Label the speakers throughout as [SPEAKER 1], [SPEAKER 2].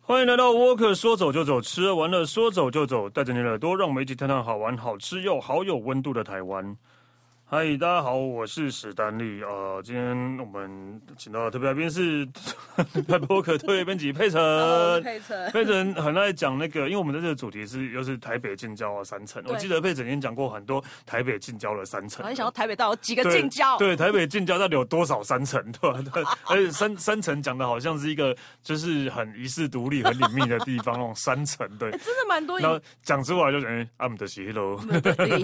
[SPEAKER 1] 欢迎来到沃克，说走就走，吃了玩了说走就走，带着你的耳朵，让我们一起探探好玩、好吃又好有温度的台湾。嗨，大家好，我是史丹利。呃，今天我们请到的特别来宾是 派播客特别编辑佩
[SPEAKER 2] 哦，
[SPEAKER 1] 晨。
[SPEAKER 2] 佩晨，
[SPEAKER 1] 佩晨很爱讲那个，因为我们在这个主题是又是台北近郊啊三层，
[SPEAKER 2] 对
[SPEAKER 1] 我记得佩晨已经讲过很多台北近郊的三
[SPEAKER 2] 我
[SPEAKER 1] 层。
[SPEAKER 2] 很想要台北到底有几个
[SPEAKER 1] 对
[SPEAKER 2] 近郊，
[SPEAKER 1] 对，台北近郊到底有多少三层， 对吧？对，啊而且三三层讲的好像是一个就是很遗世独立、很隐秘的地方，那种三层， 对
[SPEAKER 2] 哎，。真的蛮多
[SPEAKER 1] 然后讲出来就是，哎，阿姆德西 喽，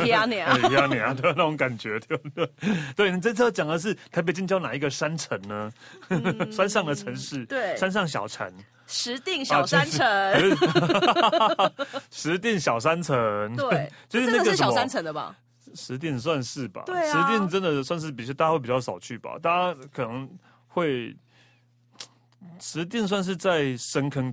[SPEAKER 2] 一样的
[SPEAKER 1] 哎
[SPEAKER 2] 呀。
[SPEAKER 1] 呀你啊，对那种感觉，对不对？ 对你这次要讲的是台北近郊哪一个山城呢？ 山上的城市，
[SPEAKER 2] 嗯对
[SPEAKER 1] 山上小城，
[SPEAKER 2] 石定小山城，
[SPEAKER 1] 石碇小山城，
[SPEAKER 2] 对，
[SPEAKER 1] 就是那
[SPEAKER 2] 这真的
[SPEAKER 1] 个
[SPEAKER 2] 是
[SPEAKER 1] 什
[SPEAKER 2] 小
[SPEAKER 1] 么
[SPEAKER 2] 山。城的吧？
[SPEAKER 1] 十点算是吧，
[SPEAKER 2] 对啊
[SPEAKER 1] 十点真的算是比较大家会比较少去吧，大家可能会十点算是在深坑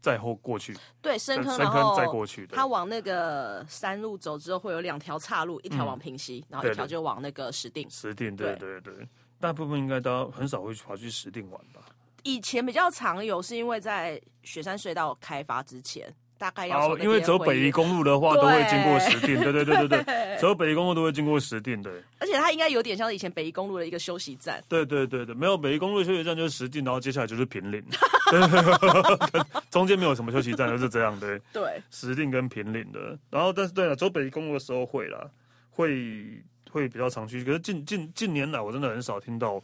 [SPEAKER 1] 再后过去，
[SPEAKER 2] 对，深坑，
[SPEAKER 1] 深
[SPEAKER 2] 然
[SPEAKER 1] 坑
[SPEAKER 2] 后
[SPEAKER 1] 再过去的
[SPEAKER 2] 它往那个山路走之后，会有两条岔路，一条往平溪，然后
[SPEAKER 1] 对嗯对
[SPEAKER 2] 一条就往那个石定。
[SPEAKER 1] 十点对对
[SPEAKER 2] 对
[SPEAKER 1] 对，大部分应该大家很少会去跑去十点玩吧。
[SPEAKER 2] 以前比较常有，是因为在雪山隧道开发之前，大概要
[SPEAKER 1] 啊
[SPEAKER 2] 从，那
[SPEAKER 1] 因为
[SPEAKER 2] 边
[SPEAKER 1] 走
[SPEAKER 2] 回
[SPEAKER 1] 北宜
[SPEAKER 2] 云，
[SPEAKER 1] 公路的话，都会
[SPEAKER 2] 对
[SPEAKER 1] 经过十点，对对对对 对，走北宜公路都会经过十点，对
[SPEAKER 2] 而且它应该有点像以前北宜公路的一个休息站。
[SPEAKER 1] 对对对对，没有北宜公路休息站就是十点，然后接下来就是平 岭， 中间没有什么休息站，就是这样对。
[SPEAKER 2] 对，
[SPEAKER 1] 石定跟平岭的。然后，但是对了，走北宜公路的时候会啦，会会比较常去。可是近近近年来，我真的很少听到，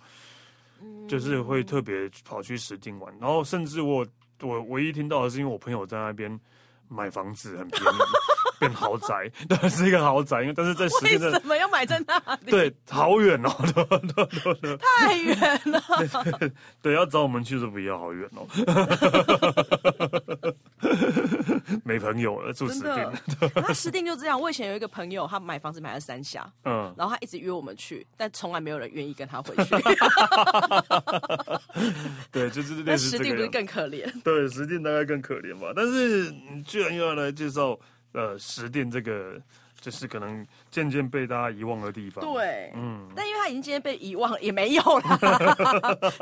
[SPEAKER 2] 嗯
[SPEAKER 1] 就是会特别跑去石定玩。然后，甚至我我唯一听到的是，因为我朋友在那边买房子很便宜， 变豪宅，但是一个豪宅，因为但是在石
[SPEAKER 2] 为
[SPEAKER 1] 定的
[SPEAKER 2] 什么要买在那里？
[SPEAKER 1] 对好远哦，对对对对
[SPEAKER 2] 太远了。
[SPEAKER 1] 对，要找我们去是不要，好远哦。 没朋友了，住石
[SPEAKER 2] 真
[SPEAKER 1] 定
[SPEAKER 2] 的，，他石定就这样。我以前有一个朋友，他买房子买在三峡，
[SPEAKER 1] 嗯。
[SPEAKER 2] 然后他一直约我们去，但从来没有人愿意跟他回去。
[SPEAKER 1] 对，就是 类
[SPEAKER 2] 那
[SPEAKER 1] 似
[SPEAKER 2] 石
[SPEAKER 1] 这个
[SPEAKER 2] 定
[SPEAKER 1] 样
[SPEAKER 2] 不是
[SPEAKER 1] 子
[SPEAKER 2] 更可怜？
[SPEAKER 1] 对，十店大概更可怜吧。但是你居然又要来介绍呃十店这个，就是可能渐渐被大家遗忘的地方。，
[SPEAKER 2] 对，嗯，但因为他已经今天被遗忘了，也没有 啦。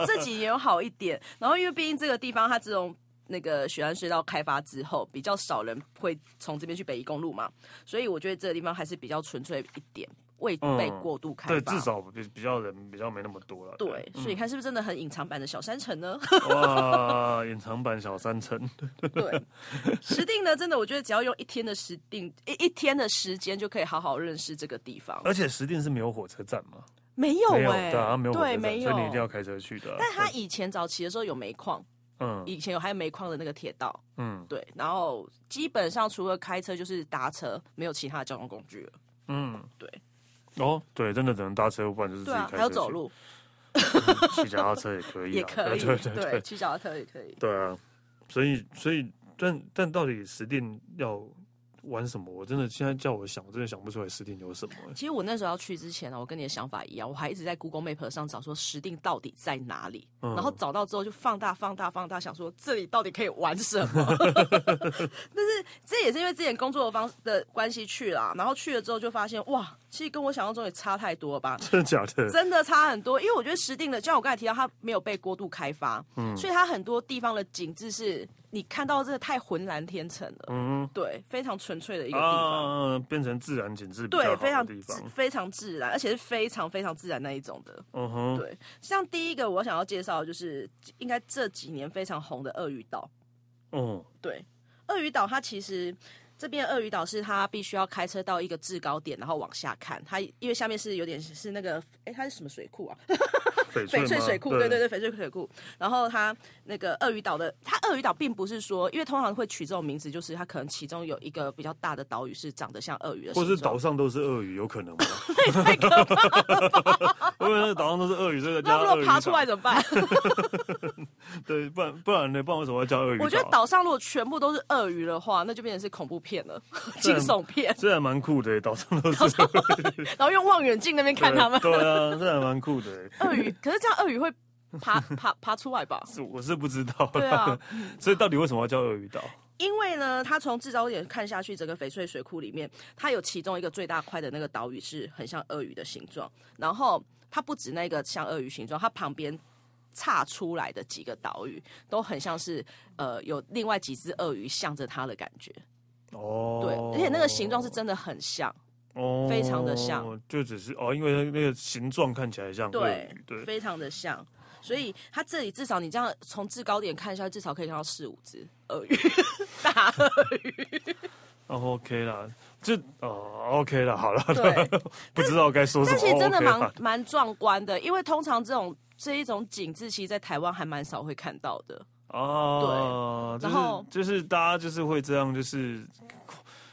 [SPEAKER 2] 这几年有好一点，然后因为毕竟这个地方它自从那个雪山隧道开发之后，比较少人会从这边去北宜公路嘛，所以我觉得这个地方还是比较纯粹一点，未
[SPEAKER 1] 嗯
[SPEAKER 2] 被过度开
[SPEAKER 1] 对，
[SPEAKER 2] 发。
[SPEAKER 1] 至少嗯比比较人比较没那么多了。
[SPEAKER 2] 对，所以你看是不是真的很隐藏版的小山城呢？
[SPEAKER 1] 哇，隐藏版小三层，
[SPEAKER 2] 对，石定呢，真的，我觉得只要用一天的石定一一天的时间，就可以好好认识这个地方。
[SPEAKER 1] 而且十店是没有火车站嘛？
[SPEAKER 2] 没有
[SPEAKER 1] 呃没有，
[SPEAKER 2] 哎、
[SPEAKER 1] 对啊，没有火车
[SPEAKER 2] 对，
[SPEAKER 1] 站，所以
[SPEAKER 2] 没有。
[SPEAKER 1] 你一定要开车去的啊。
[SPEAKER 2] 但他以前早期的时候有煤矿，
[SPEAKER 1] 嗯
[SPEAKER 2] 以前有还有煤矿的那个铁道，
[SPEAKER 1] 嗯
[SPEAKER 2] 对，然后基本上除了开车就是搭车，没有其他的交通工具了。
[SPEAKER 1] 嗯，
[SPEAKER 2] 对。
[SPEAKER 1] 哦，对，真的只能搭车，不然就是自
[SPEAKER 2] 对
[SPEAKER 1] 己
[SPEAKER 2] 啊
[SPEAKER 1] 开，车。
[SPEAKER 2] 还有走，路
[SPEAKER 1] 骑脚踏车也可以啊，
[SPEAKER 2] 也可以，
[SPEAKER 1] 对对对
[SPEAKER 2] 骑脚踏车也可以。
[SPEAKER 1] 对啊，所以所以，但但到底十店要玩什么？我真的现在叫我想，我真的想不出来十店有什么、 欸
[SPEAKER 2] 其实我那时候要去之前呢，我跟你的想法一样，我还一直在 Google Map 上找说石定到底在哪里，
[SPEAKER 1] 嗯
[SPEAKER 2] 然后找到之后就放大、放大、放大，想说这里到底可以玩什 么。但是这也是因为之前工作的方的关系去啦，然后去了之后就发现哇，其实跟我想象中也差太多了吧。
[SPEAKER 1] 真的假的？
[SPEAKER 2] 真的差很多，因为我觉得石定的，就像我刚才提到，它没有被过度开发，
[SPEAKER 1] 嗯
[SPEAKER 2] 所以它很多地方的景致是你看到真的太浑然天成了，
[SPEAKER 1] 嗯
[SPEAKER 2] 对，非常纯粹的一个地方。
[SPEAKER 1] 啊，变成自然景致比较
[SPEAKER 2] 对，非
[SPEAKER 1] 好
[SPEAKER 2] 常
[SPEAKER 1] 的地
[SPEAKER 2] 自
[SPEAKER 1] 方。
[SPEAKER 2] 非常自然，而且是非常非常自然那一种的。
[SPEAKER 1] 嗯哼，
[SPEAKER 2] 对，像第一个我想要介绍的就是应该这几年非常红的鳄鱼岛。
[SPEAKER 1] 嗯
[SPEAKER 2] 对，鳄鱼岛它其实。这边的鳄鱼岛是它必须要开车到一个制高点，然后往下看。它因为下面是有点是那个，哎，它是什么水库啊？
[SPEAKER 1] 翡
[SPEAKER 2] 翡翠
[SPEAKER 1] 翠
[SPEAKER 2] 水库，对对对，翡翠水库。然后它那个鳄鱼岛的，它鳄鱼岛并不是说，因为通常会取这种名字，就是它可能其中有一个比较大的岛屿是长得像鳄鱼的
[SPEAKER 1] 或
[SPEAKER 2] 形状，
[SPEAKER 1] 是岛上都是鳄鱼，有可能 吗？ 因为那个岛上都是鳄鱼，所以
[SPEAKER 2] 那
[SPEAKER 1] 叫
[SPEAKER 2] 如
[SPEAKER 1] 鳄鱼
[SPEAKER 2] 果
[SPEAKER 1] 岛
[SPEAKER 2] 爬出来。怎么办？
[SPEAKER 1] 对，不然不然呢？不然为什么要叫鳄鱼？
[SPEAKER 2] 我觉得岛上如果全部都是鳄鱼的话，那就变成是恐怖片了，惊悚片。
[SPEAKER 1] 这还蛮酷的欸，岛上都是
[SPEAKER 2] 然后用望远镜那边看他们
[SPEAKER 1] 对啊，这还蛮酷的欸。
[SPEAKER 2] 鳄鱼，可是这样鳄鱼会爬 爬爬出来吧？
[SPEAKER 1] 是我是不知道，
[SPEAKER 2] 对 啊，
[SPEAKER 1] 所以到底为什么要叫鳄鱼岛？
[SPEAKER 2] 因为呢，它从制高点看下去，整个翡翠水库里面，它有其中一个最大块的那个岛屿是很像鳄鱼的形状，然后它不止那个像鳄鱼形状，它旁边岔出来的几个岛屿，都很像是呃有另外几只鳄鱼向着它的感觉。
[SPEAKER 1] 哦，
[SPEAKER 2] 对，而且那个形状是真的很像，
[SPEAKER 1] 哦
[SPEAKER 2] 非常地像，
[SPEAKER 1] 就只是哦，因为那个形状看起来像鳄
[SPEAKER 2] 对
[SPEAKER 1] 鱼，，对，
[SPEAKER 2] 非常的像。所以它这里至少你这样从制高点看一下，至少可以看到四五只鳄鱼，大鳄
[SPEAKER 1] 哦 OK 啦，这哦 OK 啦，好了，
[SPEAKER 2] 对，
[SPEAKER 1] 不知道该说什么，
[SPEAKER 2] 但其实真的
[SPEAKER 1] 哦，OK 啦
[SPEAKER 2] 蛮蛮壮观的，因为通常这种这一种景致，其实在台湾还蛮少会看到的。
[SPEAKER 1] 哦，
[SPEAKER 2] 对然后
[SPEAKER 1] 就是就是大家就是会这样，就是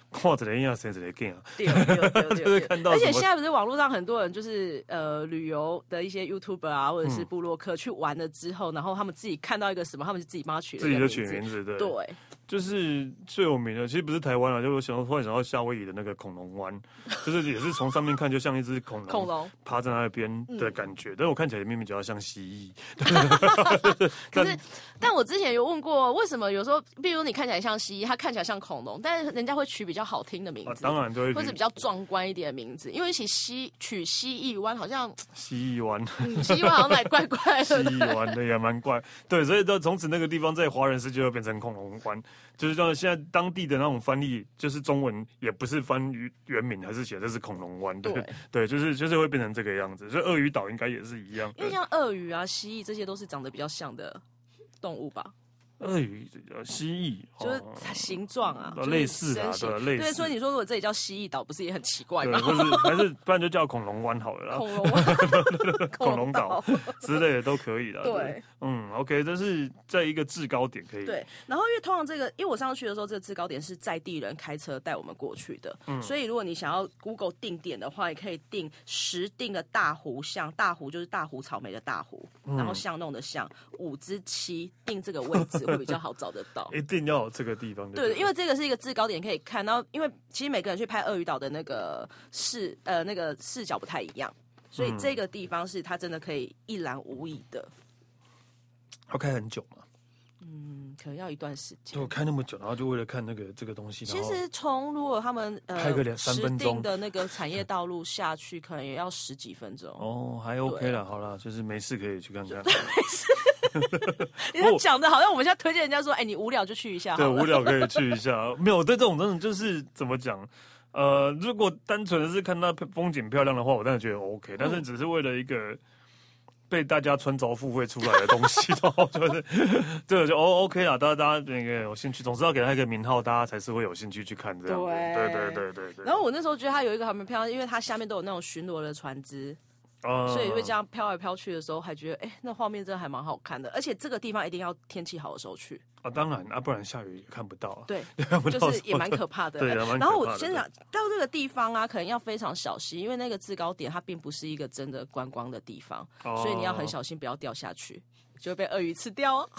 [SPEAKER 1] 跨着雷亚谁着雷 g 啊，
[SPEAKER 2] 对 对对对
[SPEAKER 1] 就是看到
[SPEAKER 2] 而
[SPEAKER 1] 什
[SPEAKER 2] 且
[SPEAKER 1] 么
[SPEAKER 2] 现在不是网络上很多人就是呃旅游的一些 YouTuber 啊，或者
[SPEAKER 1] 嗯
[SPEAKER 2] 是部落客去玩了之后，然后他们自己看到一个什么，他们就自己帮他取了
[SPEAKER 1] 自己
[SPEAKER 2] 一个
[SPEAKER 1] 就取
[SPEAKER 2] 字
[SPEAKER 1] 名。字，对，
[SPEAKER 2] 对，
[SPEAKER 1] 就是最有名的，其实不是台湾啊，就我想到突然想到夏威夷的那个恐龙湾，就是也是从上面看就像一只恐龙，
[SPEAKER 2] 恐龙。
[SPEAKER 1] 趴在那边的感觉，但我看起来明明比较像蜥蜴，
[SPEAKER 2] 可是，但我之前有问过，为什么有时候，比如你看起来像蜥蜴，它看起来像恐龙，但是人家会取比较好听的名
[SPEAKER 1] 啊，
[SPEAKER 2] 字，
[SPEAKER 1] 当然就会
[SPEAKER 2] 或者
[SPEAKER 1] 比
[SPEAKER 2] 比较壮观一点的名字，因为一起蜥取蜥蜴湾 好像
[SPEAKER 1] 蜥蜴湾，
[SPEAKER 2] 嗯，西瓜好像蛮怪怪
[SPEAKER 1] 蜥
[SPEAKER 2] 的。
[SPEAKER 1] 蜴湾的也蛮怪，对，所以到从此那个地方在华人世界又变成恐龙湾，就是到现在当地的那种翻译，就是中文也不是翻原原名，还是写的是恐龙湾，对
[SPEAKER 2] 对
[SPEAKER 1] 对，就是就是会变成这个样子，所以鳄鱼岛应该也是一样
[SPEAKER 2] 因为
[SPEAKER 1] 的。
[SPEAKER 2] 像鳄鱼啊、蜥蜴这些都是长得比较像的动物吧，
[SPEAKER 1] 鳄鱼、呃蜥蜴，
[SPEAKER 2] 就是
[SPEAKER 1] 哦
[SPEAKER 2] 它形状啊，
[SPEAKER 1] 呃
[SPEAKER 2] 就是
[SPEAKER 1] 类似啊
[SPEAKER 2] 身形
[SPEAKER 1] 对类似
[SPEAKER 2] 对，所以你说如果这里叫蜥蜴岛，不是也很奇怪
[SPEAKER 1] 对，
[SPEAKER 2] 吗？
[SPEAKER 1] 或是 还是不然就叫恐龙湾好了啦，
[SPEAKER 2] 恐龙啊
[SPEAKER 1] 恐龙岛，之类的都可以啦。
[SPEAKER 2] 对，
[SPEAKER 1] 嗯，OK，这是在一个制高点可以。
[SPEAKER 2] 对，然后因为通常这个，因为我上次去的时候，这个制高点是在地人开车带我们过去的，所以如果你想要 Google 定点的话，也可以定实定的大湖巷，大湖就是大湖草莓的大湖，然后巷弄的巷，五之七定这个位置会比较好找得到
[SPEAKER 1] 一定要有这个地方就
[SPEAKER 2] 对，因
[SPEAKER 1] 为
[SPEAKER 2] 为这个是一个制高点可以看，然后因为其实每个人去拍鳄鱼岛的那个视呃那个视角不太一样，所以这个地方是它真的可以一览无遗的。
[SPEAKER 1] 要开很久嘛，
[SPEAKER 2] 嗯，可能要一段时间
[SPEAKER 1] 就。开那么久，然后就为了看那个这个东西，
[SPEAKER 2] 其
[SPEAKER 1] 然后
[SPEAKER 2] 实从如果他们呃
[SPEAKER 1] 拍个两三分钟
[SPEAKER 2] 指定的那个产业道路下去，可能也要十几分钟。
[SPEAKER 1] 哦还 OK
[SPEAKER 2] 啊
[SPEAKER 1] 了，好了，就是没事可以去看 看，
[SPEAKER 2] 你看讲的好像我们现在推荐人家说，哎、你无聊就去一下好
[SPEAKER 1] 哦对，
[SPEAKER 2] 了。
[SPEAKER 1] 无聊可以去一下。没有，对这种真的就是怎么讲？呃，如果单纯的是看到风景漂亮的话，我当然觉得 OK，但
[SPEAKER 2] 嗯
[SPEAKER 1] 是只是为了一个。被大家穿凿附会出来的东西，然后 就是，这个就哦 OK 啦，大家大家那个有兴趣，总是要给他一个名号，大家才是会有兴趣去看这样子。对
[SPEAKER 2] 对
[SPEAKER 1] 对对对对。
[SPEAKER 2] 然后我那时候觉得它有一个还蛮漂亮，因为它下面都有那种巡逻的船只，
[SPEAKER 1] 呃
[SPEAKER 2] 所以会这样飘来飘去的时候，还觉得哎、那画面真的还蛮好看的。而且这个地方一定要天气好的时候去，
[SPEAKER 1] 啊，当然啊，不然下雨也看不到啊，
[SPEAKER 2] 对，
[SPEAKER 1] 看不到
[SPEAKER 2] 就是
[SPEAKER 1] 什么
[SPEAKER 2] 也蛮可怕的。
[SPEAKER 1] 对也蛮可怕的
[SPEAKER 2] 然后我先讲到这个地方啊，可能要非常小心，因为那个制高点它并不是一个真的观光的地方，
[SPEAKER 1] 哦
[SPEAKER 2] 所以你要很小心，不要掉下去。就会被鳄鱼吃掉哦，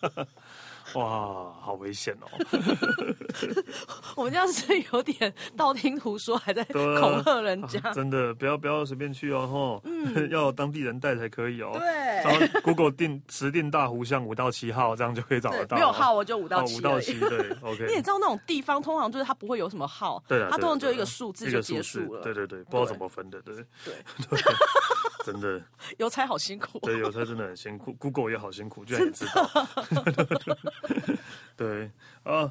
[SPEAKER 1] 哇，好危险 哦！
[SPEAKER 2] 我们这样是有点道听途说，还在
[SPEAKER 1] 对啊
[SPEAKER 2] 恐吓人家。
[SPEAKER 1] 真的不要不要随便去哦，吼， 要有当地人带才可以哦。
[SPEAKER 2] 嗯对
[SPEAKER 1] 然后 Google 定十定大湖巷五到七号，这样就可以找得
[SPEAKER 2] 对，
[SPEAKER 1] 到哦。
[SPEAKER 2] 没有号我就五到
[SPEAKER 1] 哦，
[SPEAKER 2] 七
[SPEAKER 1] 五
[SPEAKER 2] 而
[SPEAKER 1] 到
[SPEAKER 2] 已
[SPEAKER 1] 七，对
[SPEAKER 2] 你也
[SPEAKER 1] ，OK
[SPEAKER 2] 知。道那种地方通常就是它不会有什么号，
[SPEAKER 1] 对啊
[SPEAKER 2] 它通常
[SPEAKER 1] 对啊
[SPEAKER 2] 就有一
[SPEAKER 1] 对啊
[SPEAKER 2] 个数字
[SPEAKER 1] 一
[SPEAKER 2] 就
[SPEAKER 1] 个数
[SPEAKER 2] 结
[SPEAKER 1] 字
[SPEAKER 2] 束了。
[SPEAKER 1] 对对对，不知道怎么分 的，对
[SPEAKER 2] 对，
[SPEAKER 1] 真的，
[SPEAKER 2] 邮差好辛苦。
[SPEAKER 1] 对，有时候真的很辛苦，Google 也好辛苦，居然也知道， 对啊，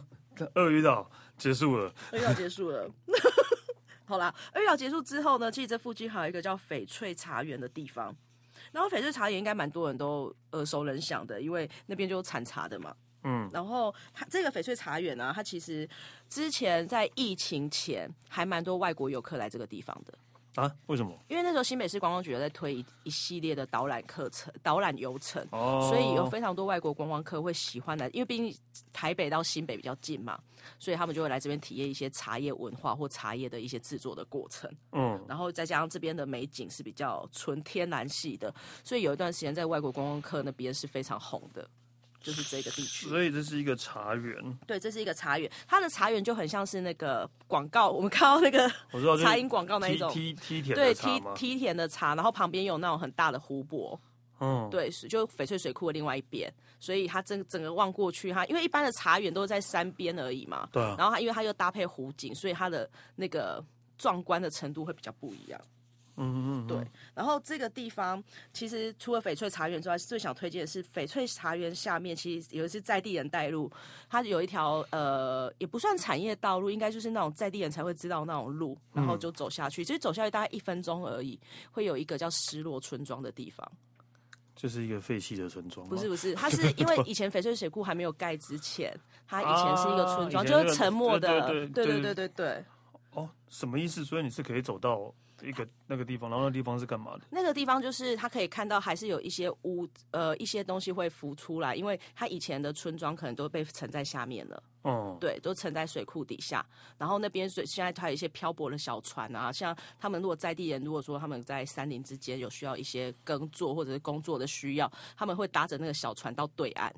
[SPEAKER 1] 鳄鱼岛结束了，
[SPEAKER 2] 二要结束了。 好啦，二要结束之后呢，其实这附近还有一个叫翡翠茶园的地方。然后翡翠茶园应该蛮多人都耳熟能详的，因为那边就产茶的嘛。
[SPEAKER 1] 嗯，
[SPEAKER 2] 然后它这个翡翠茶园呢、啊它其实之前在疫情前还蛮多外国游客来这个地方的，
[SPEAKER 1] 啊，为什么？
[SPEAKER 2] 因为那时候新北市观光局有在推一一系列的导览课程、导览游程，
[SPEAKER 1] 哦，
[SPEAKER 2] 所以有非常多外国观光客会喜欢来，因为毕竟台北到新北比较近嘛，所以他们就会来这边体验一些茶叶文化或茶叶的一些制作的过程。
[SPEAKER 1] 嗯，
[SPEAKER 2] 然后再加上这边的美景是比较纯天然系的，所以有一段时间在外国观光客那边是非常红的，就是这个地区。
[SPEAKER 1] 所以这是一个茶园，
[SPEAKER 2] 对，这是一个茶园，它的茶园就很像是那个广告，我们看到那个
[SPEAKER 1] 我知道就是
[SPEAKER 2] 茶饮广告那一种。
[SPEAKER 1] 梯梯梯田
[SPEAKER 2] 对
[SPEAKER 1] 的茶
[SPEAKER 2] 梯
[SPEAKER 1] 吗？
[SPEAKER 2] 梯田的茶，然后旁边有那种很大的湖泊，
[SPEAKER 1] 嗯，
[SPEAKER 2] 对，是就翡翠水库的另外一边，所以它整整个望过去，它因为一般的茶园都是在山边而已嘛，
[SPEAKER 1] 对啊
[SPEAKER 2] 然后它因为它又搭配湖景，所以它的那个壮观的程度会比较不一样。
[SPEAKER 1] 嗯嗯，嗯
[SPEAKER 2] 对，然后这个地方其实除了翡翠茶园之外，最想推荐的是翡翠茶园下面，其实有一次在地人带路，它有一条呃也不算产业道路，应该就是那种在地人才会知道那种路，然后就走下去。其实走下去大概一分钟而已，会有一个叫失落村庄的地方。
[SPEAKER 1] 就是一个废弃的村庄吗，
[SPEAKER 2] 不是不是， 它哦是因为以前翡翠水库还没有盖之前，它以前是一个村庄，
[SPEAKER 1] 啊
[SPEAKER 2] 就是沉默的，
[SPEAKER 1] 以前那个对对
[SPEAKER 2] 对对
[SPEAKER 1] 对
[SPEAKER 2] 对对对。
[SPEAKER 1] 哦，什么意思？所以你是可以走到一个那个地方，然后那地方是干嘛的？
[SPEAKER 2] 那个地方就是它可以看到还是有一些屋呃一些东西会浮出来，因为它以前的村庄可能都被沉在下面了，
[SPEAKER 1] 哦、
[SPEAKER 2] 对，都沉在水库底下。然后那边水现在它有一些漂泊的小船啊，像他们如果在地人如果说他们在山林之间有需要一些耕作或者是工作的需要，他们会搭着那个小船到对岸。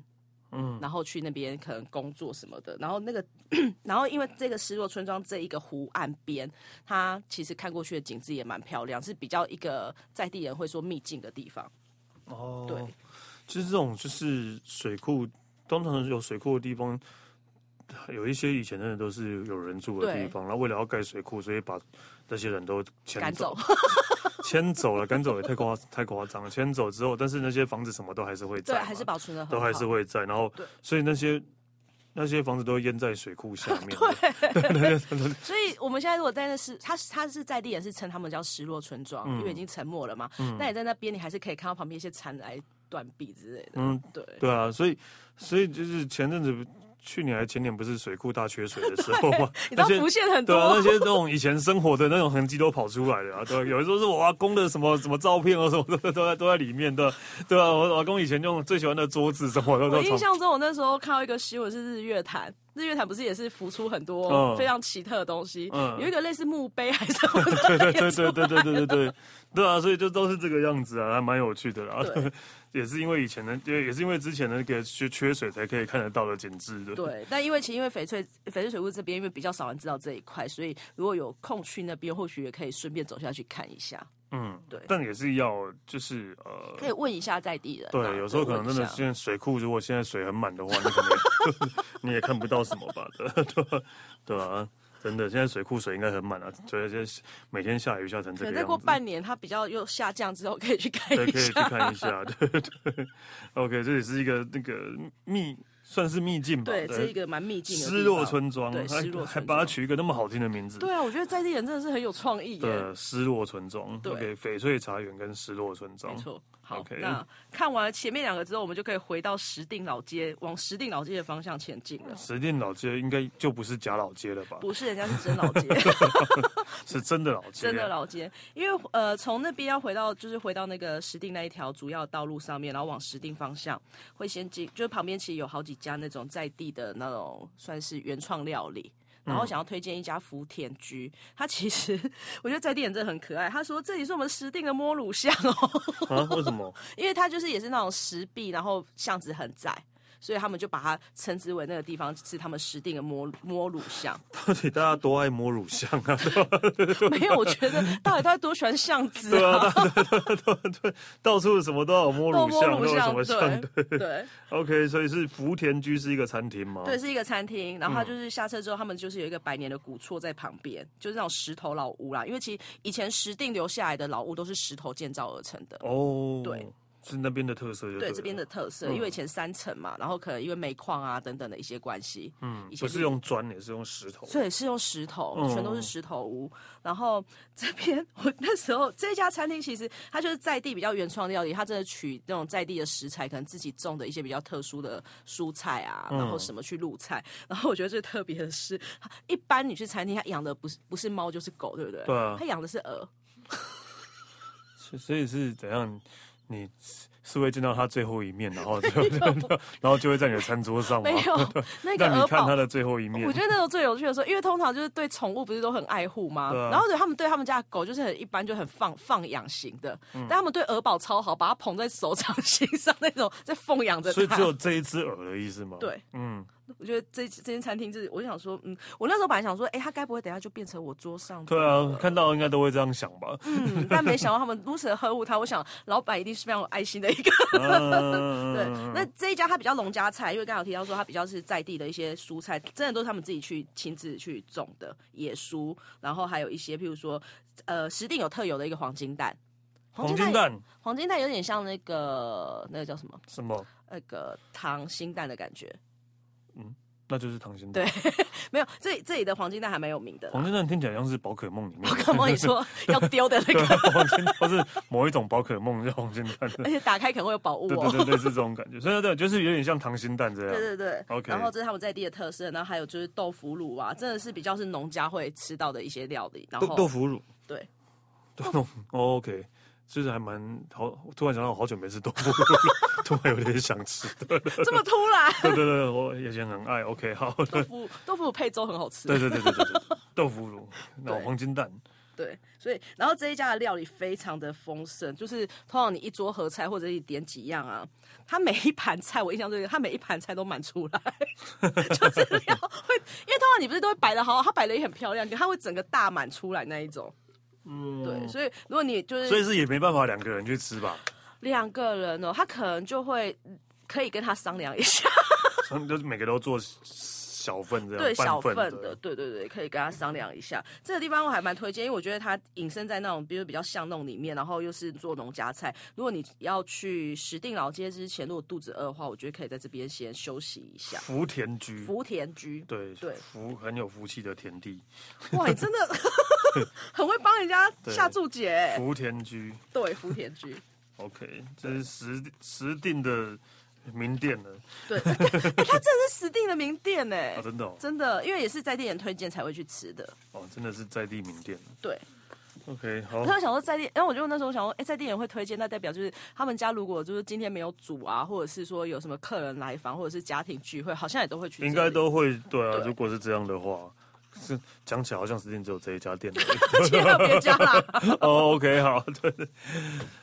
[SPEAKER 1] 嗯，
[SPEAKER 2] 然后去那边可能工作什么的，然后那个， 然后因为这个失落村庄这一个湖岸边，它其实看过去的景致也蛮漂亮，是比较一个在地人会说秘境的地方。
[SPEAKER 1] 哦，
[SPEAKER 2] 对，
[SPEAKER 1] 其实这种就是水库，通常有水库的地方，有一些以前真的都是有人住的地方，然后为了要盖水库，所以把那些人都
[SPEAKER 2] 赶
[SPEAKER 1] 迁
[SPEAKER 2] 走
[SPEAKER 1] 走，，迁走了，赶走也太夸太夸张了。迁走之后，但是那些房子什么都还是会在
[SPEAKER 2] 对，
[SPEAKER 1] 嘛，
[SPEAKER 2] 还是保存的很好，
[SPEAKER 1] 都还是会在，然后
[SPEAKER 2] 对
[SPEAKER 1] 所以那些。那些房子都淹在水库 下面，
[SPEAKER 2] 所以我们现在如果在那是，他他是在地人是称他们叫失落村庄，
[SPEAKER 1] 嗯
[SPEAKER 2] 因为已经沉没了嘛。那你在那边，你还是可以看到旁边一些残骸、断壁之类的。
[SPEAKER 1] 嗯，
[SPEAKER 2] 对，
[SPEAKER 1] 对啊，所以所以就是前阵子，去年还前年不是水库大缺水的时候 嘛，
[SPEAKER 2] 你知
[SPEAKER 1] 那
[SPEAKER 2] 道
[SPEAKER 1] 些
[SPEAKER 2] 浮现很
[SPEAKER 1] 对
[SPEAKER 2] 多，
[SPEAKER 1] 啊，那些那种以前生活的那种痕迹都跑出来了啊！对啊，有的时候是我阿公的什么什么照片啊，什么都都在都在里面，对啊对啊，我阿公以前用最喜欢的桌子什么的
[SPEAKER 2] 我
[SPEAKER 1] 都
[SPEAKER 2] 印
[SPEAKER 1] 从
[SPEAKER 2] 象中，我那时候看到一个新闻是日月潭，日月潭不是也是浮出很多
[SPEAKER 1] 嗯
[SPEAKER 2] 非常奇特的东西，
[SPEAKER 1] 嗯
[SPEAKER 2] 有一个类似墓碑还是什么
[SPEAKER 1] 对
[SPEAKER 2] 的
[SPEAKER 1] 对
[SPEAKER 2] 也出
[SPEAKER 1] 对对对对对对对对啊！所以就都是这个样子啊，还蛮有趣的啦
[SPEAKER 2] 对。
[SPEAKER 1] 也是因为以前的，也也是因为之前的那个缺缺水才可以看得到的景致的。
[SPEAKER 2] 对，但因为其实因为翡翠翡翠水库这边，因为比较少人知道这一块，所以如果有空去那边，或许也可以顺便走下去看一下，
[SPEAKER 1] 嗯，
[SPEAKER 2] 对
[SPEAKER 1] 但也是要就是呃，
[SPEAKER 2] 可以问一下在地人啊、
[SPEAKER 1] 对，有时候可能真的
[SPEAKER 2] 问一下
[SPEAKER 1] 现在水库，如果现在水很满的话，你可能嗯你也看不到什么吧？对对对啊，真的，现在水库水应该很满啊，所以现在每天下雨下成这个
[SPEAKER 2] 可能
[SPEAKER 1] 样
[SPEAKER 2] 再
[SPEAKER 1] 子，
[SPEAKER 2] 过半年，它比较又下降之后，可以去看
[SPEAKER 1] 对，
[SPEAKER 2] 一
[SPEAKER 1] 可以去
[SPEAKER 2] 下。
[SPEAKER 1] 看一下。对对，OK，这也是一个那个秘，算是秘境吧？
[SPEAKER 2] 对，这一个蛮秘境的地
[SPEAKER 1] 失落
[SPEAKER 2] 方。
[SPEAKER 1] 村庄，
[SPEAKER 2] 对
[SPEAKER 1] 还
[SPEAKER 2] 失落村庄
[SPEAKER 1] 还把它取一个那么好听的名字。
[SPEAKER 2] 对啊，我觉得在地人真的是很有创意耶。
[SPEAKER 1] 对，失落村庄
[SPEAKER 2] 对
[SPEAKER 1] ，OK，翡翠茶园跟失落村庄
[SPEAKER 2] 没，错。好
[SPEAKER 1] 嗯 OK
[SPEAKER 2] 那看完前面两个之后，我们就可以回到石定老街，往石定老街的方向前进 了。
[SPEAKER 1] 石店老街应该就不是假老街了吧？
[SPEAKER 2] 不是，人家是真老街，
[SPEAKER 1] 是真的老街，啊
[SPEAKER 2] 真的老街。因为呃，从那边要回到，就是回到那个石定那一条主要道路上面，然后往石定方向，会先进，就是旁边其实有好几家那种在地的那种算是原创料理。然后想要推荐一家福田居，它其实 我觉得在地人真的很可爱。他说这里是我们石定的摸乳巷哦，
[SPEAKER 1] 啊？为什 么？
[SPEAKER 2] 因为它就是也是那种石壁，然后巷子很窄，所以他们就把它称之为那个地方是他们石定的摸摸乳 巷。
[SPEAKER 1] 到底大家多爱摸乳香啊？
[SPEAKER 2] 没有，我觉得到底他多喜欢巷子
[SPEAKER 1] 对
[SPEAKER 2] 啊？
[SPEAKER 1] 啊，对对对对，啊到处什么都有摸乳香，都
[SPEAKER 2] 摸
[SPEAKER 1] 有什么
[SPEAKER 2] 乳巷
[SPEAKER 1] 香？
[SPEAKER 2] 对哦对
[SPEAKER 1] OK，所以是福田居是一个餐厅吗？
[SPEAKER 2] 对，，是一个餐厅。然后他就是下车之后，他们就是有一个百年的古厝在旁边，就是那种石头老屋啦。因为其实以前石定留下来的老屋都是石头建造而成的。
[SPEAKER 1] 哦，
[SPEAKER 2] 对，
[SPEAKER 1] 是那边的特色就
[SPEAKER 2] 对嗯
[SPEAKER 1] 了
[SPEAKER 2] 这边的特色，因为以前三层嘛，然后可能因为煤矿啊等等的一些关系，嗯，以前
[SPEAKER 1] 不
[SPEAKER 2] 就是
[SPEAKER 1] 用砖，也是用石头。
[SPEAKER 2] 对，是用石头，
[SPEAKER 1] 嗯
[SPEAKER 2] 全都是石头屋。然后这边我那时候这家餐厅其实它就是在地比较原创料理，它真的取那种在地的食材，可能自己种的一些比较特殊的蔬菜啊，然
[SPEAKER 1] 嗯
[SPEAKER 2] 后什么去入菜。然后我觉得最特别的是，一般你去餐厅，它养的不是不是猫就是狗，对不对？
[SPEAKER 1] 对啊
[SPEAKER 2] 它养的是鹅。
[SPEAKER 1] 所所以是怎样？你是是会见到他最后一面，然后就 然后就会在你的餐桌上吗？
[SPEAKER 2] 没有那个
[SPEAKER 1] 让
[SPEAKER 2] 鹅
[SPEAKER 1] 你看
[SPEAKER 2] 宝
[SPEAKER 1] 他的最后一面
[SPEAKER 2] 我。觉得那时候最有趣的时候，因为通常就是对宠物不是都很爱护吗？
[SPEAKER 1] 对啊
[SPEAKER 2] 然后对他们对他们家的狗就是很一般，就很放放养型的，
[SPEAKER 1] 嗯
[SPEAKER 2] 但他们对鹅宝超好，把它捧在手掌心上那种，在奉养着它。
[SPEAKER 1] 所以只有这一只鹅的意思吗？
[SPEAKER 2] 对，
[SPEAKER 1] 嗯，
[SPEAKER 2] 我觉得这这间餐厅就是，我就想说，嗯，我那时候本来想说，哎、他该不会等一下就变成我桌上的
[SPEAKER 1] 对啊，
[SPEAKER 2] 了
[SPEAKER 1] 看到应该都会这样想 吧。
[SPEAKER 2] 嗯，但没想到他们如此的呵护他，我想老板一定是非常有爱心的一个。
[SPEAKER 1] 嗯
[SPEAKER 2] 对，那这一家它比较农家菜，因为刚才有提到说它比较是在地的一些蔬菜，真的都是他们自己去亲自去种的野蔬，然后还有一些譬如说，呃，石定有特有的一个黄金蛋，
[SPEAKER 1] 黄金，蛋
[SPEAKER 2] 黄金蛋有点像那个那个叫什么
[SPEAKER 1] 什么？
[SPEAKER 2] 那个溏心蛋的感觉，
[SPEAKER 1] 那就是溏心
[SPEAKER 2] 对
[SPEAKER 1] 蛋。
[SPEAKER 2] 没有，这这里的黄金蛋还蛮有名的啦。
[SPEAKER 1] 黄金蛋听起来像是宝可梦里面的，
[SPEAKER 2] 干嘛你说要丢的那
[SPEAKER 1] 对，啊
[SPEAKER 2] 个，
[SPEAKER 1] 黄金或是某一种宝可梦叫黄金蛋。
[SPEAKER 2] 而 且打开可能会有宝物
[SPEAKER 1] 对
[SPEAKER 2] 哦
[SPEAKER 1] 对。对对，是这种感觉。所以对，就是有点像溏心蛋这样。
[SPEAKER 2] 对对对
[SPEAKER 1] OK
[SPEAKER 2] 然后这是他们在地的特色，然后还有就是豆腐乳啊，真的是比较是农家会吃到的一些料理。然
[SPEAKER 1] 豆
[SPEAKER 2] 后
[SPEAKER 1] 豆腐乳，
[SPEAKER 2] 对，
[SPEAKER 1] 豆腐、哦、OK，其实还蛮好。突然想到，我好久没吃豆腐乳了， 突然有点想吃。对
[SPEAKER 2] 这么突然，
[SPEAKER 1] 对对对，我以前很爱。OK，好，
[SPEAKER 2] 豆
[SPEAKER 1] 对
[SPEAKER 2] 腐豆腐乳配粥很好吃。
[SPEAKER 1] 对对对对对，对豆腐乳，然后
[SPEAKER 2] 对
[SPEAKER 1] 黄金蛋，
[SPEAKER 2] 对所以然后这一家的料理非常的丰盛，就是通常你一桌合菜或者你点几样啊，它每一盘菜我印象最深，它每一盘菜都满出 来，就是料会，因为通常你不是都会摆的好好，它摆的也很漂亮，可它会整个大满出来那一种。
[SPEAKER 1] 嗯，
[SPEAKER 2] 对，所以如果你就是
[SPEAKER 1] 所以是也没办法两个人去吃吧，
[SPEAKER 2] 两个人哦，他可能就会嗯可以跟他商量一下，
[SPEAKER 1] 就是每个都做小份这样，
[SPEAKER 2] 对
[SPEAKER 1] 半
[SPEAKER 2] 小份
[SPEAKER 1] 对
[SPEAKER 2] 的，对对对，可以跟他商量一下。这个地方我还蛮推荐，因为我觉得它隐身在那种，比如比较巷弄里面，然后又是做农家菜。如果你要去石定老街之前，如果肚子饿的话，我觉得可以在这边先休息一下。
[SPEAKER 1] 福田居。
[SPEAKER 2] 福田居，
[SPEAKER 1] 对
[SPEAKER 2] 对
[SPEAKER 1] 福很有福气的田地，
[SPEAKER 2] 哇，你真 的很会帮人家
[SPEAKER 1] 对
[SPEAKER 2] 下注解欸。
[SPEAKER 1] 福田居
[SPEAKER 2] 对，福田居，
[SPEAKER 1] ，OK，这是实实定的名店了
[SPEAKER 2] 对，哎、它真的是石定的名店哎、
[SPEAKER 1] 啊，真的哦，
[SPEAKER 2] 真的，因为也是在地人推荐才会去吃的。
[SPEAKER 1] 哦，真的是在地名店。
[SPEAKER 2] 对，
[SPEAKER 1] OK，好
[SPEAKER 2] 我，突然想说在地，然后我就那时候想说，哎、在地人会推荐，那代表就是他们家如果就是今天没有煮啊，或者是说有什么客人来访，或者是家庭聚会，好像也都会去这里。
[SPEAKER 1] 应该都会对啊。
[SPEAKER 2] 对
[SPEAKER 1] 如果是这样的话，是讲起来好像实定只有这一家店而
[SPEAKER 2] 去到别家啦。
[SPEAKER 1] 已。 哦，OK，好，对对，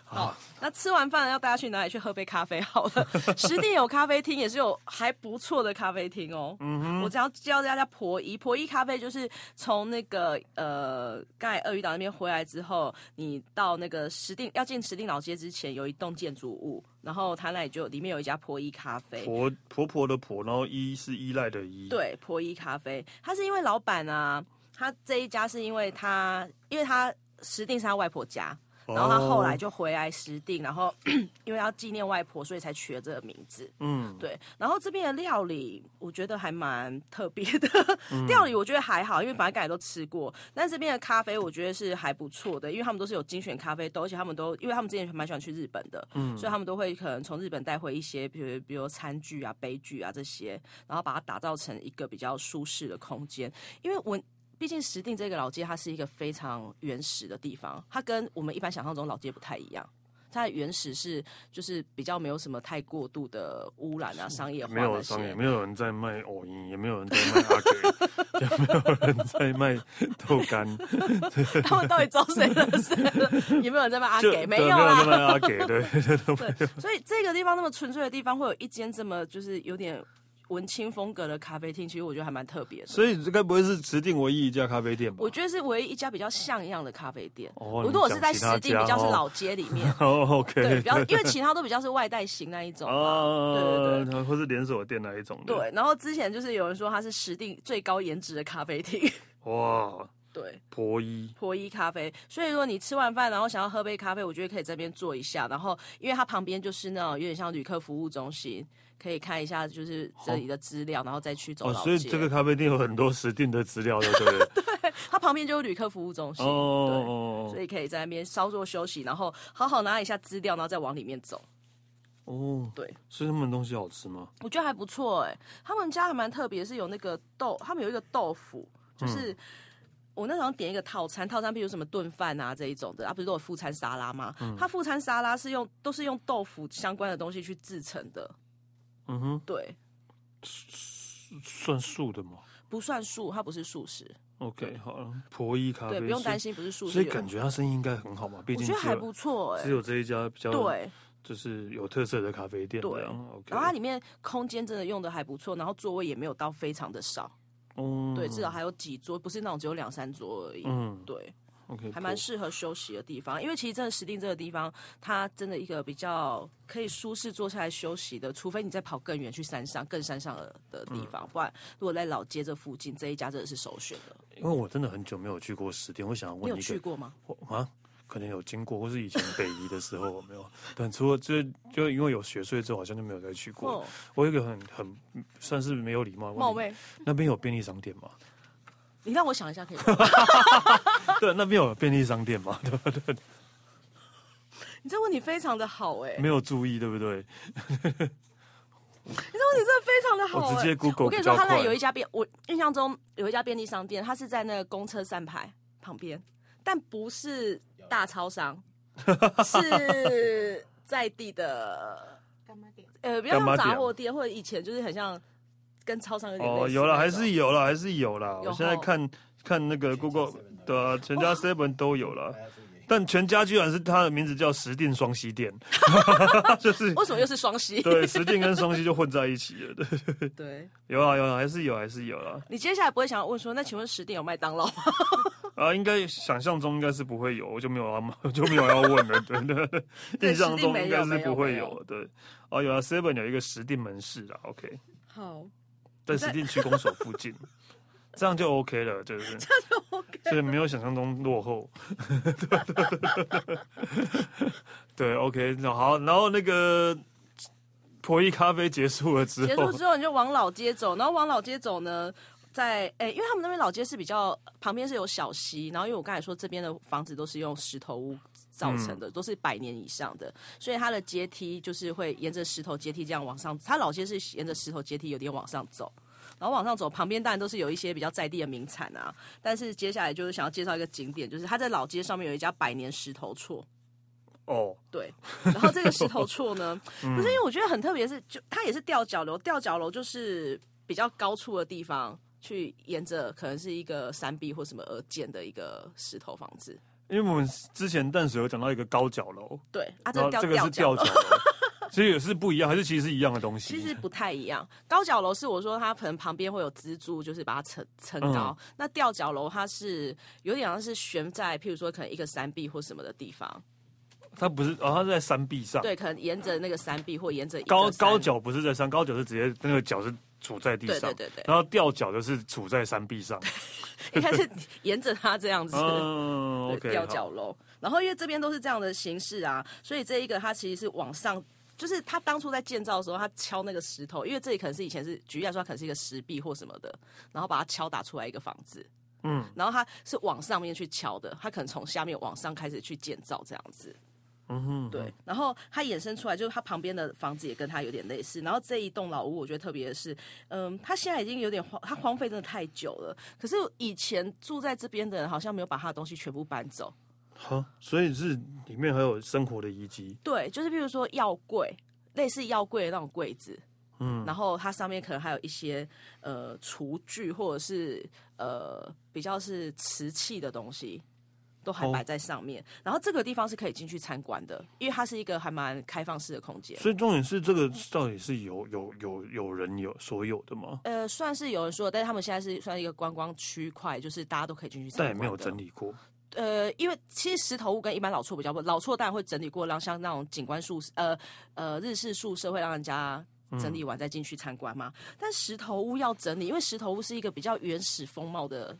[SPEAKER 2] 好，那吃完饭了要大家去哪里？去喝杯咖啡好了。实地有咖啡厅，也是有还不错的咖啡厅哦。嗯哼，我只要教大家婆姨，婆姨咖啡就是从那个呃，刚才鳄鱼岛那边回来之后，你到那个石定要进石定老街之前，有一栋建筑物，然后它那里就里面有一家婆姨咖啡。
[SPEAKER 1] 婆婆婆的婆，然后依是依赖的依。
[SPEAKER 2] 对，婆姨咖啡，他是因为老板啊，他这一家是因为他，因为他石定是他外婆家，
[SPEAKER 1] 哦，
[SPEAKER 2] 然后他后来就回来石定，然后 因为要纪念外婆，所以才取了这个名字。
[SPEAKER 1] 嗯，
[SPEAKER 2] 对，然后这边的料理我觉得还蛮特别的， 料理我觉得还好，因为反正刚才都吃过。但这边的咖啡我觉得是还不错的，因为他们都是有精选咖啡豆，而且他们都因为他们之前蛮喜欢去日本的，所以他们都会可能从日本带回一些，比如比如餐具啊、杯具啊这些，然后把它打造成一个比较舒适的空间，因为我。毕竟石定这个老街，它是一个非常原始的地方，它跟我们一般想象中老街不太一样。它的原始是就是比较没有什么太过度的污染啊、商业化
[SPEAKER 1] 没有
[SPEAKER 2] 那
[SPEAKER 1] 商业，
[SPEAKER 2] 些。
[SPEAKER 1] 没有人在卖藕饮，也没有人在卖阿 给，也没有人在卖豆干，
[SPEAKER 2] 他们到底招谁惹谁 了？有没有人在卖阿
[SPEAKER 1] 就
[SPEAKER 2] 给？没
[SPEAKER 1] 对
[SPEAKER 2] 有啊
[SPEAKER 1] 人在
[SPEAKER 2] 啦。
[SPEAKER 1] 卖阿给，对，
[SPEAKER 2] 所以这个地方那么纯粹的地方，会有一间这么就是有点文青风格的咖啡厅，其实我觉得还蛮特别的。
[SPEAKER 1] 所以这该不会是指定唯一一家咖啡店吧？
[SPEAKER 2] 我觉得是唯一一家比较像样的咖啡店。
[SPEAKER 1] 哦
[SPEAKER 2] 如果我是在
[SPEAKER 1] 你
[SPEAKER 2] 实
[SPEAKER 1] 讲其
[SPEAKER 2] 地
[SPEAKER 1] 他家
[SPEAKER 2] 比较是
[SPEAKER 1] 哦
[SPEAKER 2] 老街里 面，
[SPEAKER 1] 哦，OK，
[SPEAKER 2] 对，比较因为其他都比较是外带型那一种嘛。
[SPEAKER 1] 啊
[SPEAKER 2] 对，
[SPEAKER 1] 然后或是连锁店那一种的，
[SPEAKER 2] 对，然后之前就是有人说它是实地最高颜值的咖啡厅，
[SPEAKER 1] 哇，
[SPEAKER 2] 对，
[SPEAKER 1] 婆姨
[SPEAKER 2] 婆姨咖啡。所以说你吃完饭然后想要喝杯咖啡，我觉得可以这边坐一下。然后因为它旁边就是那种有点像旅客服务中心，可以看一下就是这里的资料，然后再去走
[SPEAKER 1] 哦，
[SPEAKER 2] 老
[SPEAKER 1] 所以
[SPEAKER 2] 街。
[SPEAKER 1] 这个咖啡店有很多实定的资料的，对 不对？
[SPEAKER 2] 它旁边就是旅客服务中心，
[SPEAKER 1] 哦哦
[SPEAKER 2] 所以可以在那边稍作休息，然后好好拿一下资料，然后再往里面走。
[SPEAKER 1] 哦哦，
[SPEAKER 2] 对，
[SPEAKER 1] 所以他们的东西好吃吗？
[SPEAKER 2] 我觉得还不错哎、他们家还蛮特别，是有那个豆，他们有一个豆腐，
[SPEAKER 1] 嗯
[SPEAKER 2] 就是。我那时候点一个套餐，套餐比如什么炖饭啊这一种的，啊不是都有副餐沙拉吗？
[SPEAKER 1] 嗯
[SPEAKER 2] 它副餐沙拉是用都是用豆腐相关的东西去制成的，
[SPEAKER 1] 嗯哼，
[SPEAKER 2] 对，
[SPEAKER 1] 算素的吗
[SPEAKER 2] 不算素，它不是素食，
[SPEAKER 1] ？OK，好了，婆姨咖啡，
[SPEAKER 2] 对，不用担
[SPEAKER 1] 心。
[SPEAKER 2] 心不是素食。
[SPEAKER 1] 所以感觉他生意应该很好嘛，毕
[SPEAKER 2] 我
[SPEAKER 1] 竟
[SPEAKER 2] 觉得
[SPEAKER 1] 只
[SPEAKER 2] 还
[SPEAKER 1] 有
[SPEAKER 2] 不错哎、
[SPEAKER 1] 只有这一家比较
[SPEAKER 2] 对，
[SPEAKER 1] 就是有特色的咖啡店
[SPEAKER 2] 对
[SPEAKER 1] 这样。OK，
[SPEAKER 2] 然后它里面空间真的用的还不错，然后座位也没有到非常的少，
[SPEAKER 1] 嗯
[SPEAKER 2] 对，至少还有几桌，不是那种只有两三桌而已。
[SPEAKER 1] 嗯
[SPEAKER 2] 对，
[SPEAKER 1] OK，
[SPEAKER 2] 还蛮
[SPEAKER 1] cool
[SPEAKER 2] 适合休息的地方，因为其实真的石碇这个地方，它真的一个比较可以舒适坐下来休息的，除非你再跑更远去山上、更山上的的地方，不然如果在老街这附近，这一家真的是首选的。
[SPEAKER 1] 因为我真的很久没有去过十店，我想要
[SPEAKER 2] 你
[SPEAKER 1] 问
[SPEAKER 2] 有
[SPEAKER 1] 一
[SPEAKER 2] 去
[SPEAKER 1] 个
[SPEAKER 2] 过吗？
[SPEAKER 1] 我啊，可能有经过，或是以前北移的时候我没有，但除了就就因为有学税之后，好像就没有再去过。
[SPEAKER 2] 哦，
[SPEAKER 1] 我有一个很很算是没有礼貌的问题
[SPEAKER 2] 冒，昧，
[SPEAKER 1] 那边有便利商店吗？
[SPEAKER 2] 你让我想一下可以 吗？
[SPEAKER 1] 对，那边有便利商店 吗？对吧？对，
[SPEAKER 2] 你这问题非常的好哎、
[SPEAKER 1] 没有注意，对不对？
[SPEAKER 2] 你这问题真的非常的好
[SPEAKER 1] 我直
[SPEAKER 2] 哎、
[SPEAKER 1] 接 Google
[SPEAKER 2] 我
[SPEAKER 1] 比
[SPEAKER 2] 跟你说，
[SPEAKER 1] 较
[SPEAKER 2] 他那
[SPEAKER 1] 快。
[SPEAKER 2] 有一家便，我印象中有一家便利商店，它是在那个公车站牌旁边，但不是大超商， 是在地的
[SPEAKER 3] 干妈店，
[SPEAKER 2] 呃，比较
[SPEAKER 1] 干嘛
[SPEAKER 2] 像杂
[SPEAKER 1] 点
[SPEAKER 2] 货店，或者以前就是很像跟超商有点类似
[SPEAKER 1] 哦，有了，
[SPEAKER 2] 那
[SPEAKER 1] 还
[SPEAKER 2] 种
[SPEAKER 1] 是有了，还是有了。
[SPEAKER 2] 有
[SPEAKER 1] 我现在
[SPEAKER 2] 吼
[SPEAKER 1] 看看那个 Google，
[SPEAKER 3] 7-Eleven
[SPEAKER 1] 对啊，全家 Seven 都有了
[SPEAKER 3] 大，家注意。
[SPEAKER 1] 但全家居然是它的名字叫石定双溪 店，就是
[SPEAKER 2] 为什么又是双溪？
[SPEAKER 1] 对石定跟双溪就混在一起了。对，
[SPEAKER 2] 对
[SPEAKER 1] 有啊有啊，还是有还是有啦。
[SPEAKER 2] 你接下来不会想要问说，那请问十点有麦当劳吗？
[SPEAKER 1] 啊，应该想象中应该是不会有，我就没有要我就没有要问了，对对对，
[SPEAKER 2] 对
[SPEAKER 1] 印象中应该
[SPEAKER 2] 实地
[SPEAKER 1] 是
[SPEAKER 2] 没有
[SPEAKER 1] 不会
[SPEAKER 2] 没
[SPEAKER 1] 有，
[SPEAKER 2] 有
[SPEAKER 1] 对。哦，有啊，Seven 有一个石定门市啦，OK，
[SPEAKER 2] 好，
[SPEAKER 1] 在
[SPEAKER 2] 你在
[SPEAKER 1] 石定区公所附 近，这样就 OK 了，就是这样就 OK，所以没有想象中落后，对对对对对 OK，那好，然后那个婆姨咖啡结束了之
[SPEAKER 2] 结束
[SPEAKER 1] 后，
[SPEAKER 2] 之后你就往老街走，然后往老街走呢，在诶、因为他们那边老街是比较旁边是有小溪，然后因为我刚才说这边的房子都是用石头屋造成的，都是百年以上的，所以它的阶梯就是会沿着石头阶梯这样往上，它老街是沿着石头阶梯有点往上走。然后往上走，旁边当然都是有一些比较在地的名产啊。但是接下来就是想要介绍一个景点，就是它在老街上面有一家百年石头厝，
[SPEAKER 1] 哦，
[SPEAKER 2] 对，然后这个石头 厝呢，
[SPEAKER 1] 嗯
[SPEAKER 2] 不是因为我觉得很特别是，就它也是吊脚楼，吊脚楼就是比较高处的地方，去沿着可能是一个山壁或什么而建的一个石头房子。
[SPEAKER 1] 因为我们之前淡水有讲到一个高脚楼，
[SPEAKER 2] 对，啊，这
[SPEAKER 1] 然
[SPEAKER 2] 个
[SPEAKER 1] 后
[SPEAKER 2] 吊
[SPEAKER 1] 这个是
[SPEAKER 2] 脚
[SPEAKER 1] 吊
[SPEAKER 2] 楼
[SPEAKER 1] 脚。楼，所以也是不一样，还是其实是一样的东西？
[SPEAKER 2] 其实不太一样，高脚楼是我说它可能旁边会有支柱，就是把它撑撑高。
[SPEAKER 1] 嗯
[SPEAKER 2] 那吊脚楼它是有点像是悬在，譬如说可能一个山壁或什么的地方，
[SPEAKER 1] 它不是哦，它是在山壁上。
[SPEAKER 2] 对，可能沿着那个山壁或沿着一个
[SPEAKER 1] 高
[SPEAKER 2] 山
[SPEAKER 1] 高脚不是在山，高脚是直接那个脚是杵在地
[SPEAKER 2] 对
[SPEAKER 1] 上，
[SPEAKER 2] 对对对
[SPEAKER 1] 然后吊脚就是杵在山壁上。
[SPEAKER 2] 应该是 沿着它这样子。
[SPEAKER 1] 嗯
[SPEAKER 2] 对
[SPEAKER 1] ，OK，
[SPEAKER 2] 吊
[SPEAKER 1] 好
[SPEAKER 2] 脚楼。然后因为这边都是这样的形式啊，所以这一个它其实是往上。就是他当初在建造的时候，他敲那个石头，因为这里可能是以前是举例来说，它可能是一个石壁或什么的，然后把它敲打出来一个房子。
[SPEAKER 1] 嗯，
[SPEAKER 2] 然后它是往上面去敲的，它可能从下面往上开始去建造这样子。
[SPEAKER 1] 嗯哼，
[SPEAKER 2] 对，然后它衍生出来就是它旁边的房子也跟它有点类似，然后这一栋老屋我觉得特别的是，嗯，它现在已经有点荒，它荒废真的太久了。可是以前住在这边的人好像没有把他的东西全部搬走，
[SPEAKER 1] 好，所以是里面还有生活的遗迹。
[SPEAKER 2] 对，就是比如说药柜，类似药柜的那种柜子，
[SPEAKER 1] 嗯，
[SPEAKER 2] 然后它上面可能还有一些呃厨具或者是呃比较是瓷器的东西。都还
[SPEAKER 1] 哦
[SPEAKER 2] 摆在上面，然后这个地方是可以进去参观的，因为它是一个还蛮开放式的空间。
[SPEAKER 1] 所以重点是这个到底是有有有有人有所有的吗？
[SPEAKER 2] 呃，算是有人说，但是他们现在是算一个观光区块，就是大家都可以进去参
[SPEAKER 1] 但
[SPEAKER 2] 观。
[SPEAKER 1] 也没有整。理过。
[SPEAKER 2] 呃，因为其实石头屋跟一般老厝比较不，老厝当然会整理过，让像那种景观宿舍，呃呃日式宿舍会让人家整理完再进去参观嘛。但石头屋要整理，因为石头屋是一个比较原始风貌的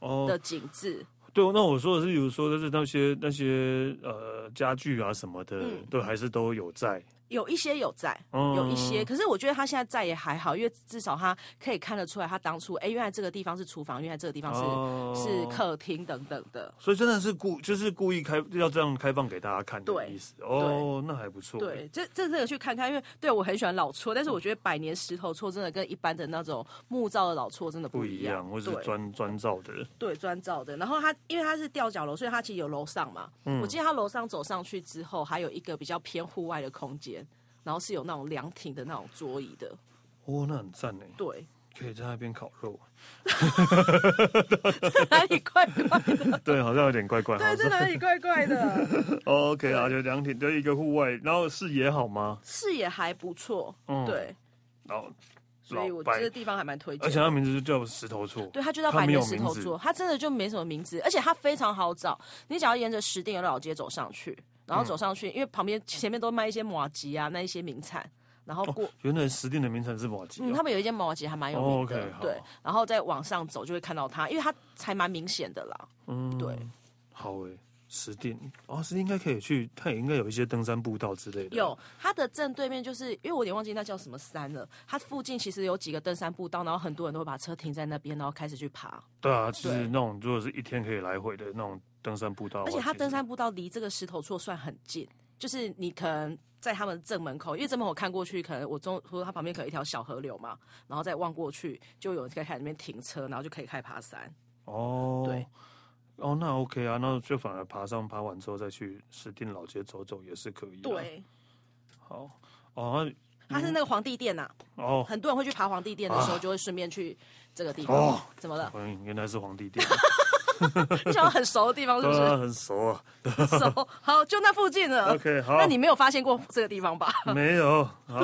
[SPEAKER 1] 哦
[SPEAKER 2] 的，景致。
[SPEAKER 1] 对，那我说的是，比如说，就是那些那些呃家具啊什么的，
[SPEAKER 2] 嗯
[SPEAKER 1] 对，还是都有在。
[SPEAKER 2] 有一些有在，
[SPEAKER 1] 嗯
[SPEAKER 2] 有一些，可是我觉得他现在在也还好，因为至少他可以看得出来，他当初哎、原来这个地方是厨房，原来这个地方是、
[SPEAKER 1] 哦
[SPEAKER 2] 是客厅等等的。
[SPEAKER 1] 所以真的是故就是故意开要这样开放给大家看的
[SPEAKER 2] 对
[SPEAKER 1] 意思哦，那还不错。
[SPEAKER 2] 对，这这这个去看看，因为对我很喜欢老厝，但是我觉得百年石头厝真的跟一般的那种木造的老厝真的
[SPEAKER 1] 不
[SPEAKER 2] 一
[SPEAKER 1] 一样，或是
[SPEAKER 2] 对
[SPEAKER 1] 专专造的。
[SPEAKER 2] 对砖造的。然后它因为它是吊脚楼，所以它其实有楼上嘛。
[SPEAKER 1] 嗯
[SPEAKER 2] 我记得它楼上走上去之后，还有一个比较偏户外的空间，然后是有那种凉亭的那种桌椅的。
[SPEAKER 1] 哦，那很赞呢。
[SPEAKER 2] 对，
[SPEAKER 1] 可以在那边烤肉，啊
[SPEAKER 2] 哪里怪怪的？
[SPEAKER 1] 对，好像有点怪怪。
[SPEAKER 2] 对，
[SPEAKER 1] 好
[SPEAKER 2] 这
[SPEAKER 1] 像
[SPEAKER 2] 哪里怪 怪的？
[SPEAKER 1] OK 啊，就两点，就一个户外，然后视野好吗？
[SPEAKER 2] 视野还不错，
[SPEAKER 1] 嗯，，
[SPEAKER 2] 对，
[SPEAKER 1] 然后
[SPEAKER 2] 所以我
[SPEAKER 1] 白
[SPEAKER 2] 这个地方还蛮推
[SPEAKER 1] 而
[SPEAKER 2] 荐
[SPEAKER 1] 且
[SPEAKER 2] 的。
[SPEAKER 1] 它名字就叫石头厝，
[SPEAKER 2] 对，它就在
[SPEAKER 1] 它
[SPEAKER 2] 百
[SPEAKER 1] 没有
[SPEAKER 2] 年石头
[SPEAKER 1] 名字
[SPEAKER 2] 座，它真的就没什么名字，而且它非常好找。你只要沿着石定的老街走上去，然
[SPEAKER 1] 嗯
[SPEAKER 2] 后走上去，因为旁边前面都卖一些马吉啊，那一些名产，然后过。
[SPEAKER 1] 原来石定的名称是马吉、
[SPEAKER 2] 嗯，
[SPEAKER 1] 哦。
[SPEAKER 2] 他们有一间毛吉还蛮有
[SPEAKER 1] 哦
[SPEAKER 2] 名的
[SPEAKER 1] OK，好
[SPEAKER 2] 对，然后再往上走就会看到它，因为它才蛮明显的啦。
[SPEAKER 1] 嗯，
[SPEAKER 2] 对，
[SPEAKER 1] 好诶、石定哦，石定应该可以去，它也应该有一些登山步道之类的。
[SPEAKER 2] 有它的正对面，就是因为我有点忘记那叫什么山了。它附近其实有几个登山步道，然后很多人都会把车停在那边，然后开始去爬。
[SPEAKER 1] 对啊，其实
[SPEAKER 2] 对
[SPEAKER 1] 那种如果是一天可以来回的那种登山步道的话，
[SPEAKER 2] 而且它
[SPEAKER 1] 其实
[SPEAKER 2] 登山步道离这个石头厝算很近，就是你可能在他们正门口，因为正门口看过去，可能我中途它旁边可能一条小河流嘛，然后再望过去，就有人可以在里面停车，然后就可以开始爬山。
[SPEAKER 1] 哦，
[SPEAKER 2] 对，
[SPEAKER 1] 哦，那 OK 啊，那就反而爬上爬完之后再去石定老街走走也是可以。，
[SPEAKER 2] 对，
[SPEAKER 1] 好哦
[SPEAKER 2] 它是那个皇帝殿呐、
[SPEAKER 1] 那哦，
[SPEAKER 2] 很多人会去爬皇帝殿的时候，就会顺便去这个地方。
[SPEAKER 1] 啊哦
[SPEAKER 2] 怎么了？
[SPEAKER 1] 嗯，原来是皇帝 殿，
[SPEAKER 2] 你想到很熟的地方是不
[SPEAKER 1] 对啊，
[SPEAKER 2] 是？
[SPEAKER 1] 很熟啊。
[SPEAKER 2] 熟，好，就那附近了。
[SPEAKER 1] OK，好，
[SPEAKER 2] 那你没有发现过这个地方吧？
[SPEAKER 1] 没有好，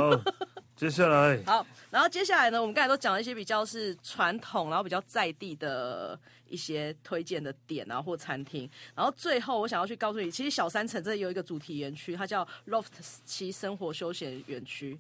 [SPEAKER 1] 接下来
[SPEAKER 2] 好，然后接下来呢，我们刚才都讲了一些比较是传统，然后比较在地的一些推荐的点啊或餐厅，然后最后我想要去告诉你，其实小三城这里有一个主题园区，它叫 Loft 七生活休闲园区，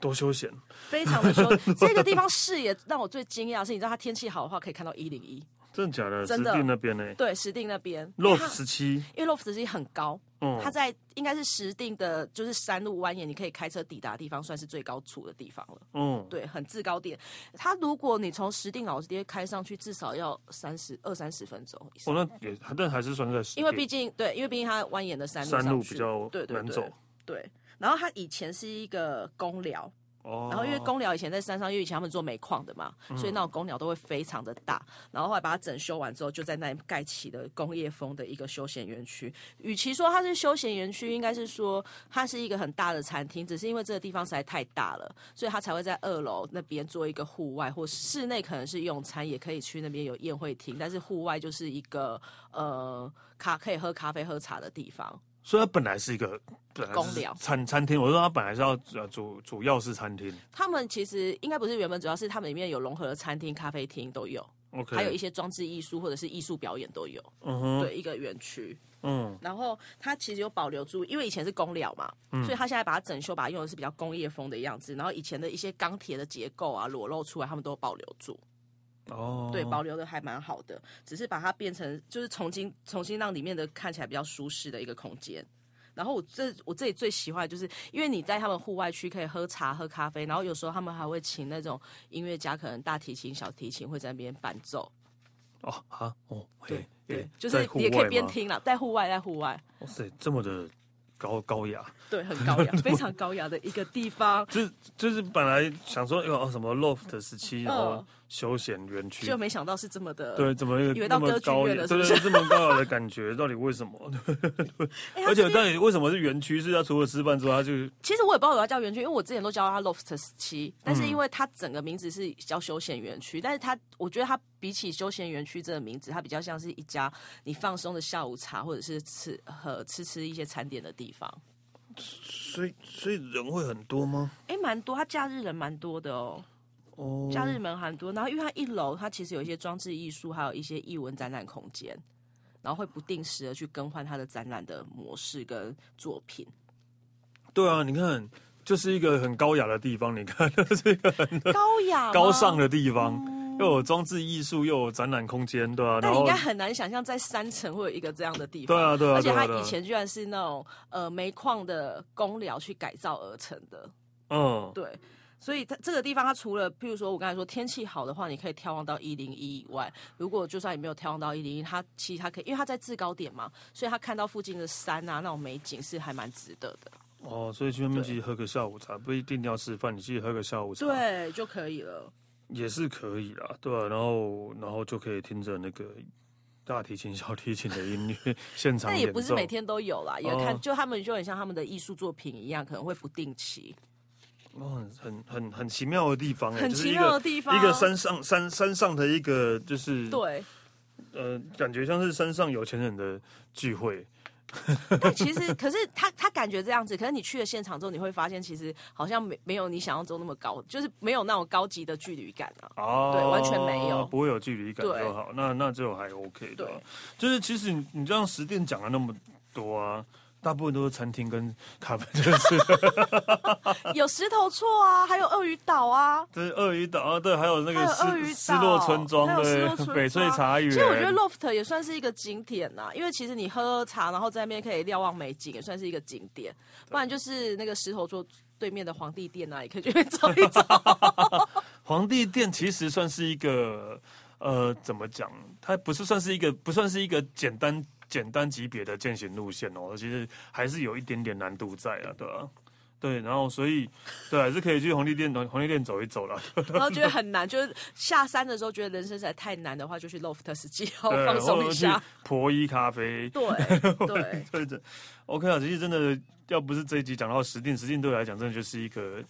[SPEAKER 1] 多休闲
[SPEAKER 2] 非常的休。这个地方视野让我最惊讶的是，你知道它天气好的话可以看到一零一，
[SPEAKER 1] 真的假的？
[SPEAKER 2] 真的
[SPEAKER 1] 石碇那边呢、
[SPEAKER 2] 对，石定那边，因
[SPEAKER 1] 洛
[SPEAKER 2] 为
[SPEAKER 1] 夫
[SPEAKER 2] 它
[SPEAKER 1] 十七，
[SPEAKER 2] 因为 Loft 十七很高，
[SPEAKER 1] 嗯
[SPEAKER 2] 它在应该是石定的，就是山路蜿蜒，你可以开车抵达的地方，算是最高处的地方了。
[SPEAKER 1] 嗯，
[SPEAKER 2] 对，很制高点。它如果你从石定老爹开上去，至少要三十二三十分钟以上，
[SPEAKER 1] 哦，那也但还是算在石碇
[SPEAKER 2] 因为毕竟对，因为毕竟它蜿蜒的山路上
[SPEAKER 1] 山路
[SPEAKER 2] 去
[SPEAKER 1] 比较
[SPEAKER 2] 对对
[SPEAKER 1] 难
[SPEAKER 2] 对
[SPEAKER 1] 走
[SPEAKER 2] 对。然后它以前是一个公寮，
[SPEAKER 1] 哦，
[SPEAKER 2] 然后因为公寮以前在山上，因为以前他们做煤矿的嘛，所以那种公寮都会非常的大。然后后来把它整修完之后，就在那里盖起了工业风的一个休闲园区。与其说它是休闲园区，应该是说它是一个很大的餐厅，只是因为这个地方实在太大了，所以它才会在二楼那边做一个户外或室内，可能是用餐，也可以去那边有宴会厅，但是户外就是一个呃咖可以喝咖啡喝茶的地方。
[SPEAKER 1] 所以它本来是一个本来是
[SPEAKER 2] 公寮
[SPEAKER 1] 餐餐厅，我说它本来是要呃主主要是餐厅
[SPEAKER 2] 他们其实应该不是原本，主要是他们里面有融合的餐厅、咖啡厅都有。
[SPEAKER 1] ，OK，
[SPEAKER 2] 还有一些装置艺术或者是艺术表演都有，
[SPEAKER 1] 嗯哼，
[SPEAKER 2] 对一个园区。
[SPEAKER 1] 嗯
[SPEAKER 2] 然后它其实有保留住，因为以前是公寮嘛，所以它现在把它整修，把它用的是比较工业风的样子。然后以前的一些钢铁的结构啊裸露出来，他们都有保留住，
[SPEAKER 1] 哦，
[SPEAKER 2] 对，保留的还蛮好的，只是把它变成就是重新重新让里面的看起来比较舒适的一个空间。然后我这我这里最喜欢的就是，因为你在他们户外区可以喝茶喝咖啡，然后有时候他们还会请那种音乐家，可能大提琴、小提琴会在那边伴奏，
[SPEAKER 1] 哦啊哦，
[SPEAKER 2] 对
[SPEAKER 1] 嘿
[SPEAKER 2] 对
[SPEAKER 1] 嘿，
[SPEAKER 2] 就是
[SPEAKER 1] 在户
[SPEAKER 2] 你也可
[SPEAKER 1] 外
[SPEAKER 2] 以边
[SPEAKER 1] 吗，
[SPEAKER 2] 听啦，在户外，在户外，
[SPEAKER 1] 哇塞，这么的高高雅，
[SPEAKER 2] 对，很 高雅，非常高雅的一个地方，
[SPEAKER 1] 就是就是本来想说有什么 loft 十七，然后
[SPEAKER 2] 嗯
[SPEAKER 1] 休闲园区
[SPEAKER 2] 就。没想到是这么的。
[SPEAKER 1] 对，怎么一个
[SPEAKER 2] 以为
[SPEAKER 1] 那
[SPEAKER 2] 到
[SPEAKER 1] 么
[SPEAKER 2] 歌剧
[SPEAKER 1] 高
[SPEAKER 2] 院
[SPEAKER 1] 雅？
[SPEAKER 2] 了
[SPEAKER 1] 对对，
[SPEAKER 2] 是
[SPEAKER 1] 对这么高雅的感觉，到底为什么？
[SPEAKER 2] 哎，它
[SPEAKER 1] 而且
[SPEAKER 2] 这边
[SPEAKER 1] 到底为什么是园区？是它除了吃饭之外，它就
[SPEAKER 2] 其实我也不知道我要叫园区，因为我之前都叫它 Loft 七，但
[SPEAKER 1] 嗯
[SPEAKER 2] 是因为它整个名字是叫休闲园区，但是它我觉得它比起休闲园区这个名字，它比较像是一家你放松的下午茶或者是吃和吃吃一些餐点的地方。
[SPEAKER 1] 所以所以人会很多吗？
[SPEAKER 2] 哎，蛮多，它假日人蛮多的哦。
[SPEAKER 1] 哦，
[SPEAKER 2] 假日门很多，然后因为它一楼它其实有一些装置艺术，还有一些艺文展览空间，然后会不定时的去更换它的展览的模式跟作品。
[SPEAKER 1] 对啊，你看，就是一个很高雅的地方，你看，
[SPEAKER 2] 哦
[SPEAKER 1] 就是一个很
[SPEAKER 2] 高雅，
[SPEAKER 1] 高尚。的地方，又有装置艺术，又有展览空间，对啊，
[SPEAKER 2] 但
[SPEAKER 1] 然
[SPEAKER 2] 哦你应
[SPEAKER 1] 后
[SPEAKER 2] 该很难想象，在山城会有一个这样的地方。
[SPEAKER 1] 对啊对啊
[SPEAKER 2] 而且
[SPEAKER 1] 对啊
[SPEAKER 2] 它
[SPEAKER 1] 对啊
[SPEAKER 2] 以前居然是那种呃煤矿的公寮去改造而成的，
[SPEAKER 1] 嗯，
[SPEAKER 2] 对。所以它这个地方，它除了譬如说我刚才说天气好的话，你可以眺望到一零一以外，如果就算你没有眺望到一零一，它其实它可以，因为它在制高点嘛，所以它看到附近的山啊那种美景是还蛮值得的。
[SPEAKER 1] 哦，所以去那边其实喝个下午茶，不一定要吃饭，你去喝个下午茶，，
[SPEAKER 2] 对，就可以了。
[SPEAKER 1] 也是可以啦，对啊，然后然后就可以听着那个大提琴、小提琴的音乐现场
[SPEAKER 2] 但也
[SPEAKER 1] 演
[SPEAKER 2] 不是
[SPEAKER 1] 奏，
[SPEAKER 2] 每天都有啦，也看、
[SPEAKER 1] 哦
[SPEAKER 2] 就他们就很像他们的艺术作品一样，可能会不定期。
[SPEAKER 1] 哦，很很很很奇妙的地方欸，
[SPEAKER 2] 很
[SPEAKER 1] 就是
[SPEAKER 2] 奇
[SPEAKER 1] 一
[SPEAKER 2] 妙的
[SPEAKER 1] 个
[SPEAKER 2] 地方，
[SPEAKER 1] 一个山上山山上的一个就是
[SPEAKER 2] 对，
[SPEAKER 1] 呃，感觉像是山上有钱人的聚会，
[SPEAKER 2] 但其实，可是他他感觉这样子，可是你去了现场之后，你会发现其实好像没没有你想象中那么高，就是没有那种高级的距离感啊。
[SPEAKER 1] 哦，
[SPEAKER 2] 对完全没有
[SPEAKER 1] 不会有距离感
[SPEAKER 2] 对
[SPEAKER 1] 就好。那那就还 OK 的啊、
[SPEAKER 2] 对
[SPEAKER 1] 就是其实你你这样十店讲了那么多啊，大部分都是餐厅 跟咖啡，就是
[SPEAKER 2] 有石头厝啊，还有鳄鱼岛啊。
[SPEAKER 1] 就是鳄鱼岛啊，对，还有那
[SPEAKER 2] 还
[SPEAKER 1] 个
[SPEAKER 2] 有鳄鱼
[SPEAKER 1] 失
[SPEAKER 2] 岛
[SPEAKER 1] 失落村庄
[SPEAKER 2] 还有失落村
[SPEAKER 1] 对，
[SPEAKER 2] 庄
[SPEAKER 1] 翡翠茶园。
[SPEAKER 2] 其实我觉得 loft 也算是一个景点呐、因为其实你喝茶，然后在那边可以瞭望美景，也算是一个景点。不然就是那个石头桌对面的皇帝殿啊，也可以去那边走一走。
[SPEAKER 1] 皇帝殿其实算是一个呃，怎么讲？它不是算是一个不算是一个简单简单级别的践行路线哦，其实还是有一点点难度在啊，对啊？对，然后所以对、啊，还是可以去皇帝殿皇帝殿走一走啦。
[SPEAKER 2] 然后觉得很难，就是下山的时候觉得人生实在太难的话，就去 loft 十几号
[SPEAKER 1] 对，
[SPEAKER 2] 放松一
[SPEAKER 1] 或
[SPEAKER 2] 下
[SPEAKER 1] 者。去婆姨咖啡。
[SPEAKER 2] 对对。
[SPEAKER 1] 对 的，OK 啊，其实真的要不是这一集讲到实定，实定对我来讲真的就是一个，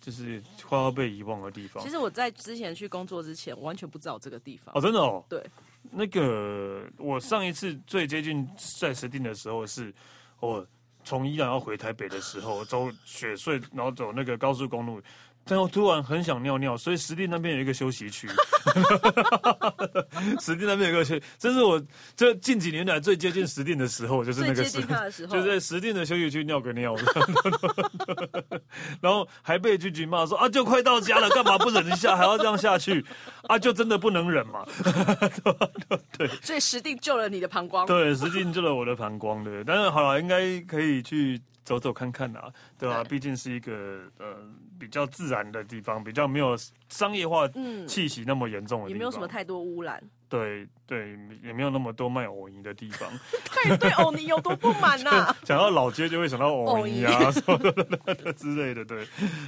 [SPEAKER 1] 就是快要被遗忘的地方
[SPEAKER 2] 其。实我在之前去工作之前，我完全不知道这个地方。
[SPEAKER 1] 哦，真的哦。
[SPEAKER 2] 对，
[SPEAKER 1] 那个我上一次最接近在实定的时候是，我从宜兰要回台北的时候，走雪隧，然后走那个高速公路。但我突然很想尿尿，所以实地那边有一个休息区。 实地那边有一个休，这是我这近几年来最接近实地的时候，就是那
[SPEAKER 2] 最
[SPEAKER 1] 个
[SPEAKER 2] 接
[SPEAKER 1] 时
[SPEAKER 2] 近
[SPEAKER 1] 候。
[SPEAKER 2] 它的时 候，
[SPEAKER 1] 就在实地的休息区尿个尿， 然后还被句句骂说啊，就快到家了，干嘛不忍一下，还要这样下去？啊，就真的不能忍嘛？
[SPEAKER 2] 所以石定救了你的膀胱。
[SPEAKER 1] 对，实际救了我的膀胱对，但是好了，应该可以去走走看看啦，对吧、啊
[SPEAKER 2] 对
[SPEAKER 1] 毕竟是一个呃比较自然的地方，比较没有商业化
[SPEAKER 2] 嗯，
[SPEAKER 1] 气息那么严重的地方，
[SPEAKER 2] 也没有什么太多污染。
[SPEAKER 1] 对对，也没有那么多卖藕泥的地方。
[SPEAKER 2] 对对，哦，你有多不满啊呐、
[SPEAKER 1] 想到老街就会想到藕泥啊什么的 之类的，对。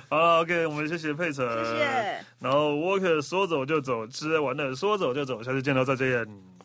[SPEAKER 1] 好了，OK，我们谢谢佩晨，
[SPEAKER 2] 谢谢。
[SPEAKER 1] 然后 Walker 说走就走，吃完了说走就走，下次见到再见。